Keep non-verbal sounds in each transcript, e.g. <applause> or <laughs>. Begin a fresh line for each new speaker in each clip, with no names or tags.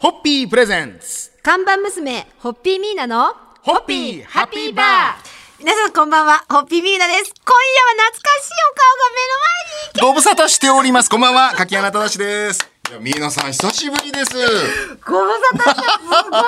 ホッピープレゼンツ
看板娘、ホッピーミーナの、
ホッピーハッピーバー
皆さんこんばんは、ホッピーミーナです。今夜は懐かしいお顔が目の前に
ご無沙汰しておりますこんばんは柿穴忠ですいやミーナさん久しぶりです
ご無沙汰した。すごい、柿花さんの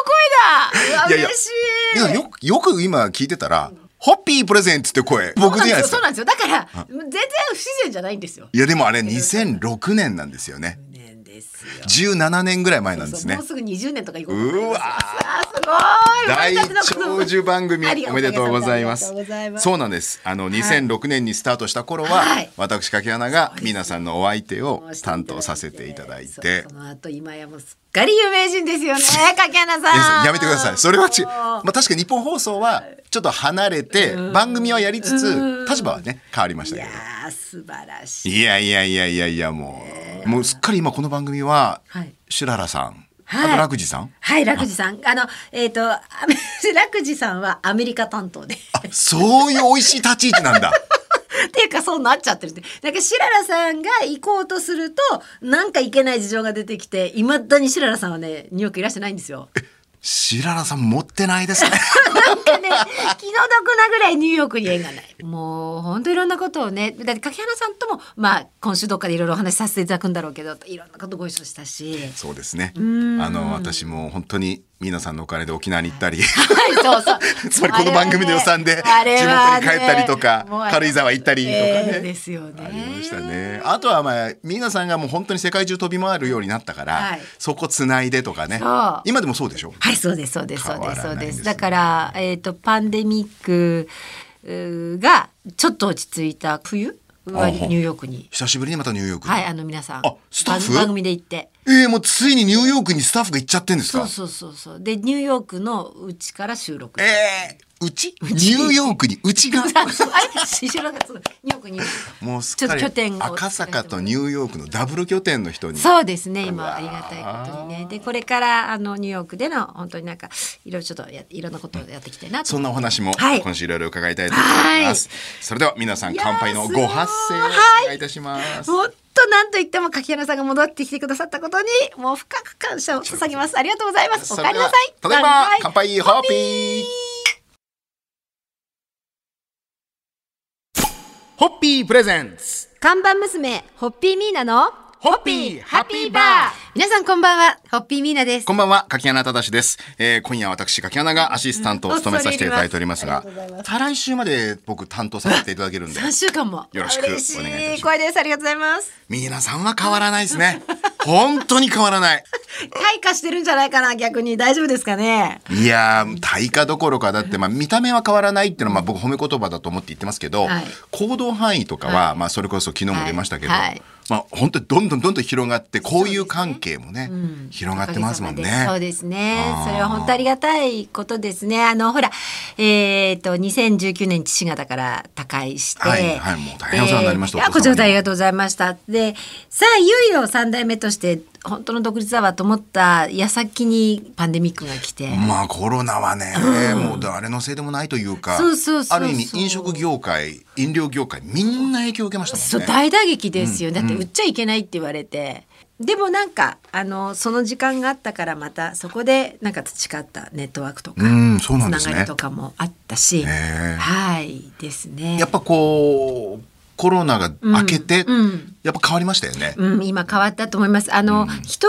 お声だ。うわ
いやいや
嬉しい。
いやよくよく今聞いてたらホッピープレゼンツって声僕じゃないです
そう
か
なんですよ。だから、全然不自然じゃないんですよ。
いやでもあれ2006年なんですよね
年ですよ。
17年ぐらい前なんです
そう
ね
もうすぐ20年とかいこうと思って
う
ます。
わ
あーすごい
大
生まれたての子供
長寿番組
<laughs> ありが
おめでとうございま
あ
す
りがとうございます
そうなんですあの2006年にスタートした頃は、
はい
私柿穴が皆さんのお相手を担当させていただいて
そうその後今やもうすっかり有名人ですよね柿花
いや
さん
やめてくださいそれは違う、
も
まあ、確かに日本放送はちょっと離れて番組はやりつつ立場はね変わりまし
うい
たけ
や
ど
ー素晴らしい
いやいやいやいやいやもうもうすっかり今この番組は
はい
シュララさん
はい
あと楽二さん
はい楽二さんあのえっ、とアメ <laughs> 楽二さんはアメリカ担当で
あそういう美味しい立ち位置なんだ
っていうかそうなっちゃってるってだからシララさんが行こうとするとなんか行けない事情が出てきていまだにシララさんはねニューヨークいらしてないんですよ。
シュララさん持ってない
<laughs>
ですね
なんかね、気の毒なぐらいニューヨークに縁がない。もう本当いろんなことをね、だって柿原さんとも、まあ今週どっかでいろいろお話しさせていただくんだろうけど、いろんなことご一緒したし。
そうですねあの私も本当に皆さんのお金で沖縄に行
<laughs>
ったり
はい、そうそう。
つまり <laughs> この番組の予算で地
あれは
元
ね
に帰ったりとか
もうあれ
軽井沢行ったりとか
え
ね
えですよね。
ありましたね。あとはまあミーナさんがもう本当に世界中飛び回るようになったから、
はい
そこつないでとかね
そう。
今でもそうでしょ。
はい、そうです、そうです、そうです、
変
そ
わら
う
ない
で
です
す。
ね
だから、えっ、と、パンデミックうーがちょっと落ち着いた冬は
あ
ニューヨークに。
久しぶりにまたニューヨーク。
はい、あの皆さん。
あスタッフ
番番組で行って。
ええもうついにニューヨークにスタッフが行っちゃってんです
そ
か。
うそうそうそう。で、ニューヨークのうちから収録。
ええうちニューヨークにうち
<laughs>
が
あそうあれししろがそうニューヨークに。
もうすっかり
ちょっと拠点を
赤坂とニューヨークのダブル拠点の人に。
そうですね。今
わー
ありがたいことにね。で、これからあのニューヨークでの本当になんかいろいろちょっとやいろんなことをやっていきたいなと。
そんなお話も
はい
今週いろいろ伺いたいと思います。それでは皆さん
いやー
乾杯のご発声をお願いいたします。
もっとなんと言っても柿原さんが戻ってきてくださったことにもう深く感謝を捧げます。ありがとうございます。お
それ
帰り
で
な
は
さい。
ただいま乾杯ホッピーホッピープレゼンツ
看板娘ホッピーミーナの
ホッピーハッピーバー
皆さんこんばんはホッピーミーナです
こんばんは柿穴忠です、えー、今夜私柿穴がアシスタントを務めさせていただいておりますが
恐れ入りま
再来週まで僕担当させていただ
<laughs>
けるんで
三週間も
よろしくお願いいた
嬉
し
し
ます
い声ですありがとうございます
皆さんは変わらないですね本当に変わらない
退化してるんじゃないかな逆に大丈夫ですかね
いやー対価どころかだって、まあ、見た目は変わらないっていうのは、まあ、僕褒め言葉だと思って言ってますけど、
はい
行動範囲とかは、まあ、それこそ昨日も出ましたけど、
はいはい
まあ、本当にどんどんどんどん広がってこういう関係もね広がってますもん
おかげさまでそう
ね。
ですね
あー
それは本当ありがたいことですねあのほらえっ、と2019年父がだから他界して
はいはいもう大変お世話になりました
で
お
あ
父様に
こちらこそありがとうございましたでさあいよいよ三代目として本当の独立だわと思った矢先にパンデミックが来て、
まあコロナはね、もう誰のせいでもないというか
そうそうそうそ
あ
う
る意味飲食業界飲料業界みんな影響を受けました
そう
もんね。
大打撃ですよ、だって売っちゃいけないって言われて、でもなんかあのその時間があったからまたそこでなんか培ったネットワークとか、
うんそうなんで
つ
す
な
ね
がりとかもあったし、
え
はいですね
やっぱこうコロナが明けて、
うんうん
やっぱ変わりましたよね。
うん、今変わったと思います。あの、人通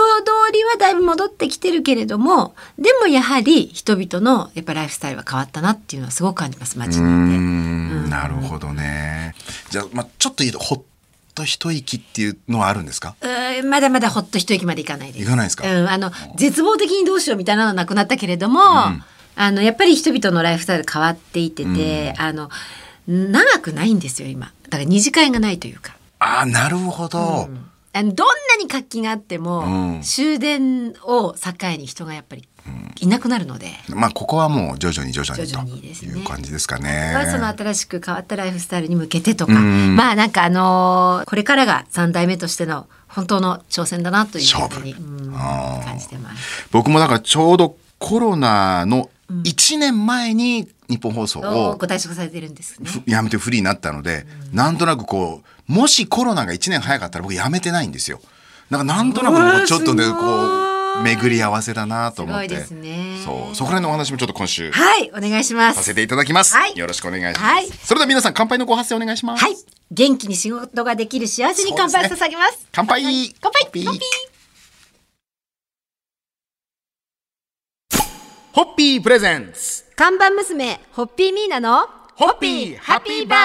りはだいぶ戻ってきてるけれども、でもやはり人々のやっぱライフスタイルは変わったなっていうのはすごく感じます。街
うー
にいて。
んなるほどね。じゃあ、まあ、ちょっといいとほっと一息っていうのはあるんですか。
うーんまだまだほっと一息までいかないで
い
す。
かないですか
うん、あの絶望的にどうしようみたいなのはなくなったけれども、あのやっぱり人々のライフスタイル変わっていってて、あの長くないんですよ今。だから二次会がないというか。
ああ、なるほど。
あのどんなに活気があっても、
うん
終電を境に人がやっぱりいなくなるので。
まあ、ここはもう徐々に徐々に
徐々にです
と
ね
いう感じですか
まあその
ね。
新しく変わったライフスタイルに向けてとか、
うん
まあなんかあのーこれからが3代目としての本当の挑戦だなというふうに、うん
あー
感じてます。
僕もだから、ちょうどコロナの一年前に日本放送
ご
を。
退職されてるんですね。
ふやめてフリーになったので、なんとなくこうもしコロナが1年早かったら僕やめてないんですよ。なんかなんとなくもうちょっとね
うわーすごい
こう
ごい
巡り合わせだなと思っ
すごい
て
ですね
そうそこら辺のお話もちょっと今週
はい、お願いします。
させていただきます、
はい
よろしくお願いします、
はい
それでは皆さん乾杯のご発声お願いします、
はい、元気に仕事ができる幸せに乾杯を捧げます。
乾杯
乾杯
ピー
乾杯
ホッピープレゼンツ
看板娘、ホッピーミーナの、
ホッピーハッピーバー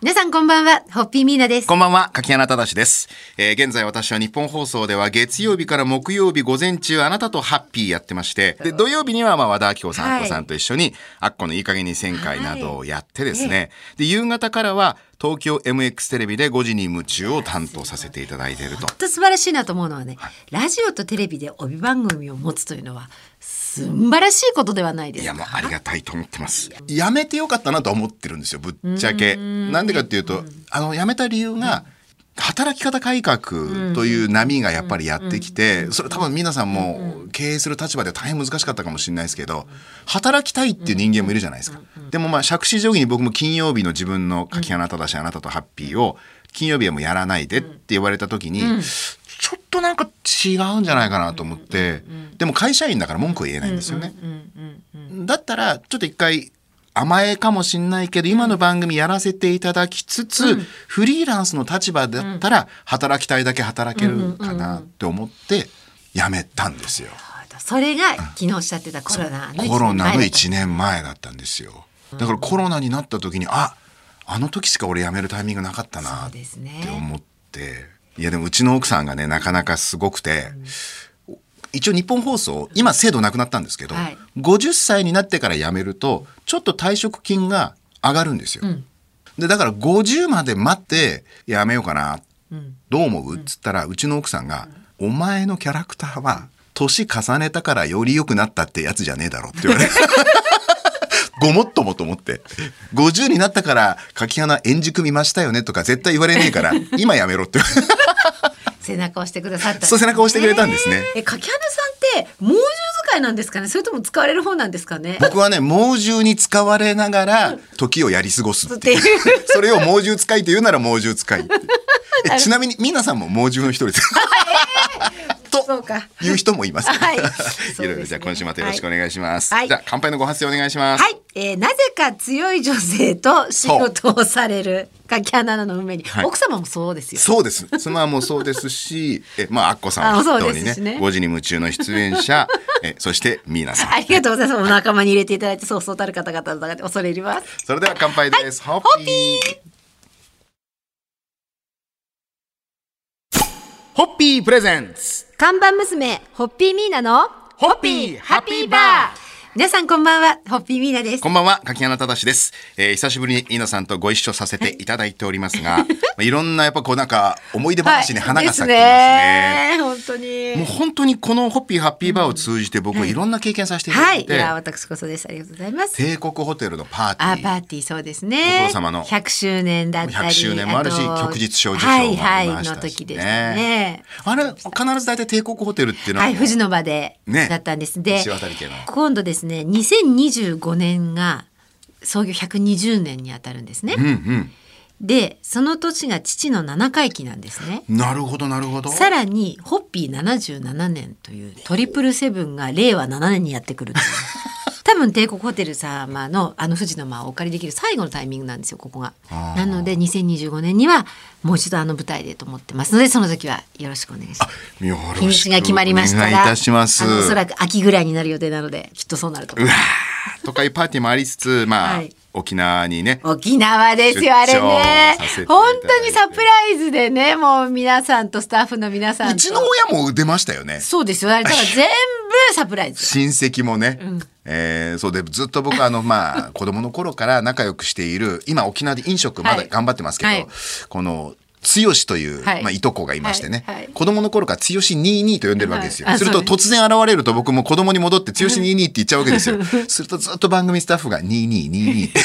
皆さんこんばんは、ホッピーミーナです。
こんばんは、柿原忠です、えー現在私は日本放送では月曜日から木曜日午前中あなたとハッピーやってまして、で、土曜日にはまあ和田アキ子さん、
はい
アッコさんと一緒に、アッコのいい加減に旋回などをやってですね、で、夕方からは東京 MX テレビで5時に夢中を担当させていただいていると。
本当素晴らしいなと思うのはね、ラジオとテレビで帯番組を持つというのは、素晴らしいことではないで
い
す
や
か。
もうありがたいと思ってます。やめてよかったなとは思ってるんですよ。ぶっちゃけ。なんでかっていうと、あのやめた理由が。働き方改革という波がやっぱりやってきてそれ多分皆さんも経営する立場で大変難しかったかもしれないですけど働きたいっていう人間もいるじゃないですかでもまあ杓子定規に僕も金曜日の自分の「柿花正しあなたとハッピー」を金曜日はもうやらないでって言われた時にちょっとなんか違うんじゃないかなと思ってでも会社員だから文句は言えないんですよね。だったらちょっと一回甘えかもしんないけど今の番組やらせていただきつつ、フリーランスの立場だったら働きたいだけ働けるかなって思って辞めたんですよ。
それが昨日おっしゃってたコロナの
コロナの1
年
年前だったんですよ。だからコロナになった時にああの時しか俺辞めるタイミングなかったな
前だ
っ
ったそう
て
ですね
って。思っていやでもうちの奥さんがねなかなかすごくて、一応日本放送今制度なくなったんですけど、
はい
50歳になってから辞めるとちょっと退職金が上がるんですよ。でだから50まで待って辞めようかな、どう思うっつったらうちの奥さんが「お前のキャラクターは年重ねたからより良くなったってやつじゃねえだろ」って言わ <laughs> れて。ごもっともと思って50になったから柿花演じ組みましたよねとか絶対言われねえから今やめろって
背中を押してくださったんですね
そう背中を押してくれたんですね
えー、柿花さんって猛獣使いなんですかね、それとも使われる方なんですかね。 <laughs>
僕はね猛獣に使われながら時をやり過ごす
っ
って
て
い
いうう。
それを猛獣使いというなら猛獣使いってえちなみに皆さんも猛獣の一人です
そ
と
うか。
いう人もいます、 <laughs>
はい
いろいろじゃあ今週またよろしくお願いします、
はい
じゃあ乾杯のご発声お願いします、
はい、えーなぜか強い女性と仕事をされる柿花の梅に、
はい
奥様もそうですよ。
そうです。妻もそうですし、え、まあ、アッコさんを
あそう
筆頭
で
に
すし
ね、
ね
5時に夢中の出演者、え、そしてミーナさん。
ありがとうございます。お仲間に入れていただいて、そうそうたる方々の中で恐れ入ります。
それでは乾杯です。ホッピー。ホッピープレゼンツ。
看板娘、ホッピーミーナの、
ホッピーハッピーバー
皆さんこんばんは、ホッピーミーナです。
こんばんは、柿原忠です。えー久しぶりにミーナさんとご一緒させていただいております <laughs> が、まあいろんなやっぱこうなんか思い出話に花が咲きますね。
ですね本当に。
もう本当にこのホッピーハッピーバーを通じて僕はいろんな経験させていただ
はい。
い
い
て、
や、私こそです。ありがとうございます。
帝国ホテルのパーティ
あ
ー
パーティーそうですね。
お父様の
100周年だったり。
100周年もあるし
と
旭日小綬章もありま
はい
し
はい、
たしね
の時でしたね。
あれ必ず大体帝国ホテルっていうのは、
はい、富士の場で、
ね
だったんです。で
石渡家の、
今度ですね、2025年が創業120年にあたるんですね。
うん
で、その年が父の7回忌なんですね。
うん、なるほどなるほど
さらに、ホッピー77年というトリプルセブンが令和7年にやってくるっ
<laughs>
ていう。多分帝国ホテル様のあの富士の間をお借りできる最後のタイミングなんですよここが。
あー
なので2025年にはもう一度あの舞台でと思ってますのでその時はよろしくお願いします。
よろしく
日にちが決まりましたら
お願いいたします
あのおそらく秋ぐらいになる予定なのできっとそうなると思います。
とかいうパーティーもありつつまあ、
はい
沖縄にね
沖縄ですよあれ
出張
ね
させていただ
本
いて
当にサプライズでねもう皆さんとスタッフの皆さんと
うちの親も出ましたよね
そうですよあれだから全部サプライズ
親戚もね、えーそうでずっと僕あのまあ子供の頃から仲良くしている今沖縄で飲食ま
は
だ
い
頑張ってますけど、
はい
この剛という、
はい
まあ、いとこがいましてね、
はいはい
子供の頃から剛22と呼んでるわけですよ、
はいあ
すると
そう
突然現れると僕も子供に戻って剛22って言っちゃうわけですよ
<laughs>
するとずっと番組スタッフが2222って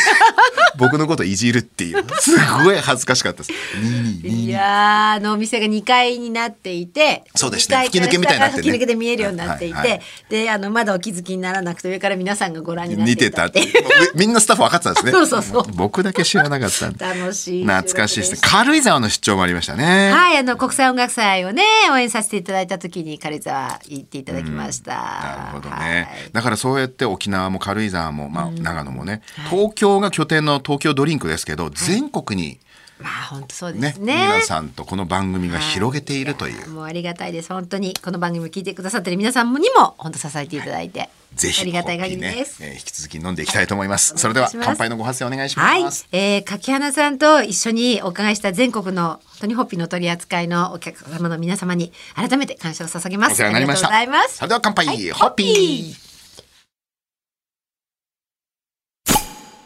僕のこといじるっていうすごい恥ずかしかったです
いやーあのお店が2階になっていて
そうですね
二階か
吹き
ら
抜けみたいになってね
下から吹き抜けで見えるようになっていて、
はいはい
であのまだお気づきにならなくて上から皆さんがご覧になって
似
い
て
た
た
っ
ってて
いう
みんなスタッフ分かってたんですね
そうそうそう
僕だけ知らなかったんで
楽しい
懐かしいですね
ね
軽井沢の出張もありましたね
はいあの国際音楽祭をね応援させていただいた時に軽井沢行っていただきました、
なるほど
はい
ね、だからそうやって沖縄も軽井沢も、まあ、長野もね、東京が拠点の東京ドリンクですけど全国に
まあ本当そうで
ね
すね
皆さんとこの番組が広げているという、
もうありがたいです本当にこの番組を聞いてくださってる皆さんにも本当支えていただいて、
ぜひ
ありがたい限り
コーヒー
です、
ねえー引き続き飲んでいきたいと思います、それで
お
は
願
い
します
乾杯のご発声お願いします、
はい、えー、柿花さんと一緒にお伺いした全国のトニホッピーの取り扱いのお客様の皆様に改めて感謝を捧げます。
お世話になりました
ありがとうございます
それ。では乾杯、
はい
ホッピー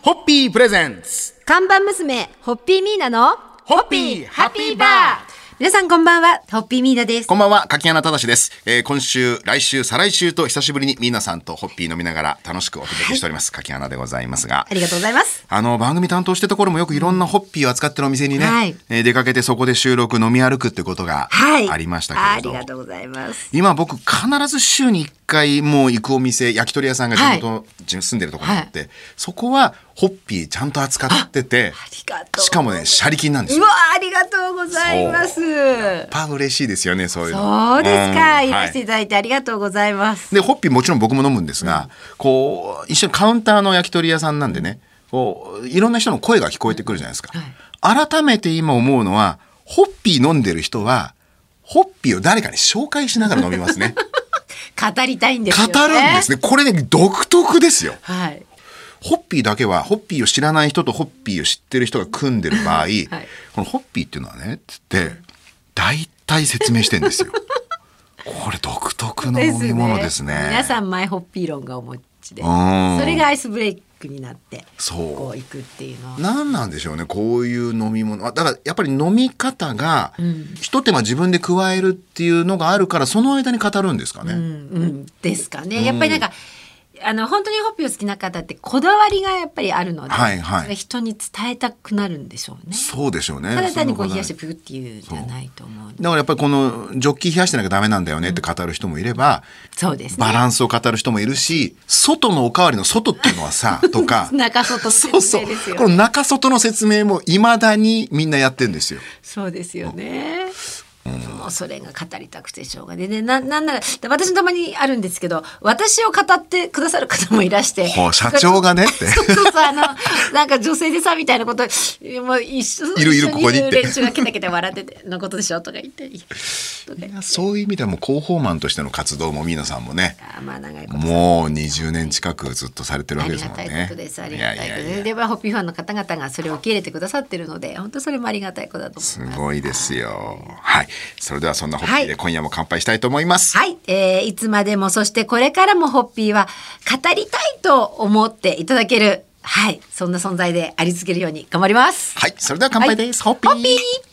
ホッピープレゼンツ
看板娘、ホッピーミーナの、
ホッピーハッピーバー
皆さんこんばんは、ホッピーミーナです。
こんばんは、柿花正です。えー、今週、来週、再来週と久しぶりにみーなさんとホッピー飲みながら楽しくお届けしております。柿花でございますが
あ。りがとうございます。
あの、番組担当してた頃もよくいろんなホッピーを扱ってるお店にね、
はい
えー出かけてそこで収録、飲み歩くってことが
はい。
ありましたけれ
ありが
ど。
とうございます。
今僕必ず週に1回もう行くお店焼き鳥屋さんが地元、住んでるところにあって、そこはホッピーちゃんと扱ってて
ありがとう。
しかもねシャリキンなんです
う
よ
わ、ありがとうございます。
やっぱ嬉しいですよねそういうの
そうですか。
うん
い
は
らしていただいてありがとうございます。
で、ホッピーもちろん僕も飲むんですが、こう、一緒にカウンターの焼き鳥屋さんなんでね、こう、いろんな人の声が聞こえてくるじゃないですか。改めて今思うのは、ホッピー飲んでる人は、ホッピーを誰かに紹介しながら飲みますね。
語りたいん <laughs> ですよね。
語るんですね。これね、独特ですよ。
はい。
ホッピーだけは、ホッピーを知らない人とホッピーを知ってる人が組んでる場合、このホッピーっていうのはね、つって、大体説明してん
<laughs>
ですよ。これ独特の飲み物ですね。
皆さんマイホッピー論がお持ちで、
うん
それがアイスブレイクになって、
そう
こう行くっていうのは。
何なんでしょうねこういう飲み物あだからやっぱり飲み方が、ひと手間自分で加えるっていうのがあるからその間に語るんですかね、
うん、うん、ですかね。やっぱりなんか。あの本当にホッピーを好きな方ってこだわりがやっぱりあるので、
はいはい
それ人に伝えたくなるんでしょうね。
そうでしょうね
ただ単に
そ
こう冷
んな
やし
ことな
て
い
ピュっていうんじゃないと思うので
だからやっぱりこのジョッキ冷やしてなきゃダメなんだよねって語る人もいれば、
そうですね。 <laughs>
バランスを語る人もいるし外のおかわりの外っていうのは
<laughs>
さとか
中外の
そう
説
そ
明です
う
よ。
この中外の説明もいまだにみんなやってん
<laughs>
ですよ。
そうですよね。もうそれが語りたくてしょうがね。で、ななんなら私のたまにあるんですけど、私を語ってくださる方もいらして、
ほう社長がねって
そうそうそうあのなんか女性でさみたいなこと、もう一緒
いるいる
一緒
ここにって
練習がケタケタ笑っててのことでしょとか
<laughs>
言って、とか言って
そういう意味ではもう広報マンとしての活動も皆さんもね
あーまあ長いこと。
もう20年近くずっとされてるわ
あ
けで
り
す
が
もん
た
ね。
いことです。ありがたいこ
いや
とです。
いやいや
で、まあ、ホッピーファンの方々がそれを受け入れてくださってるので、本当それもありがたいことだと思います
す。ごいですよ。はい。それではそんなホッピー
は
で
い
今夜も乾杯したいと思います。
はい、えーいつまでもそしてこれからもホッピーは語りたいと思っていただけるはいそんな存在であり続けるように頑張ります。
はい。それでは乾杯です。ホッピー。
ホッピー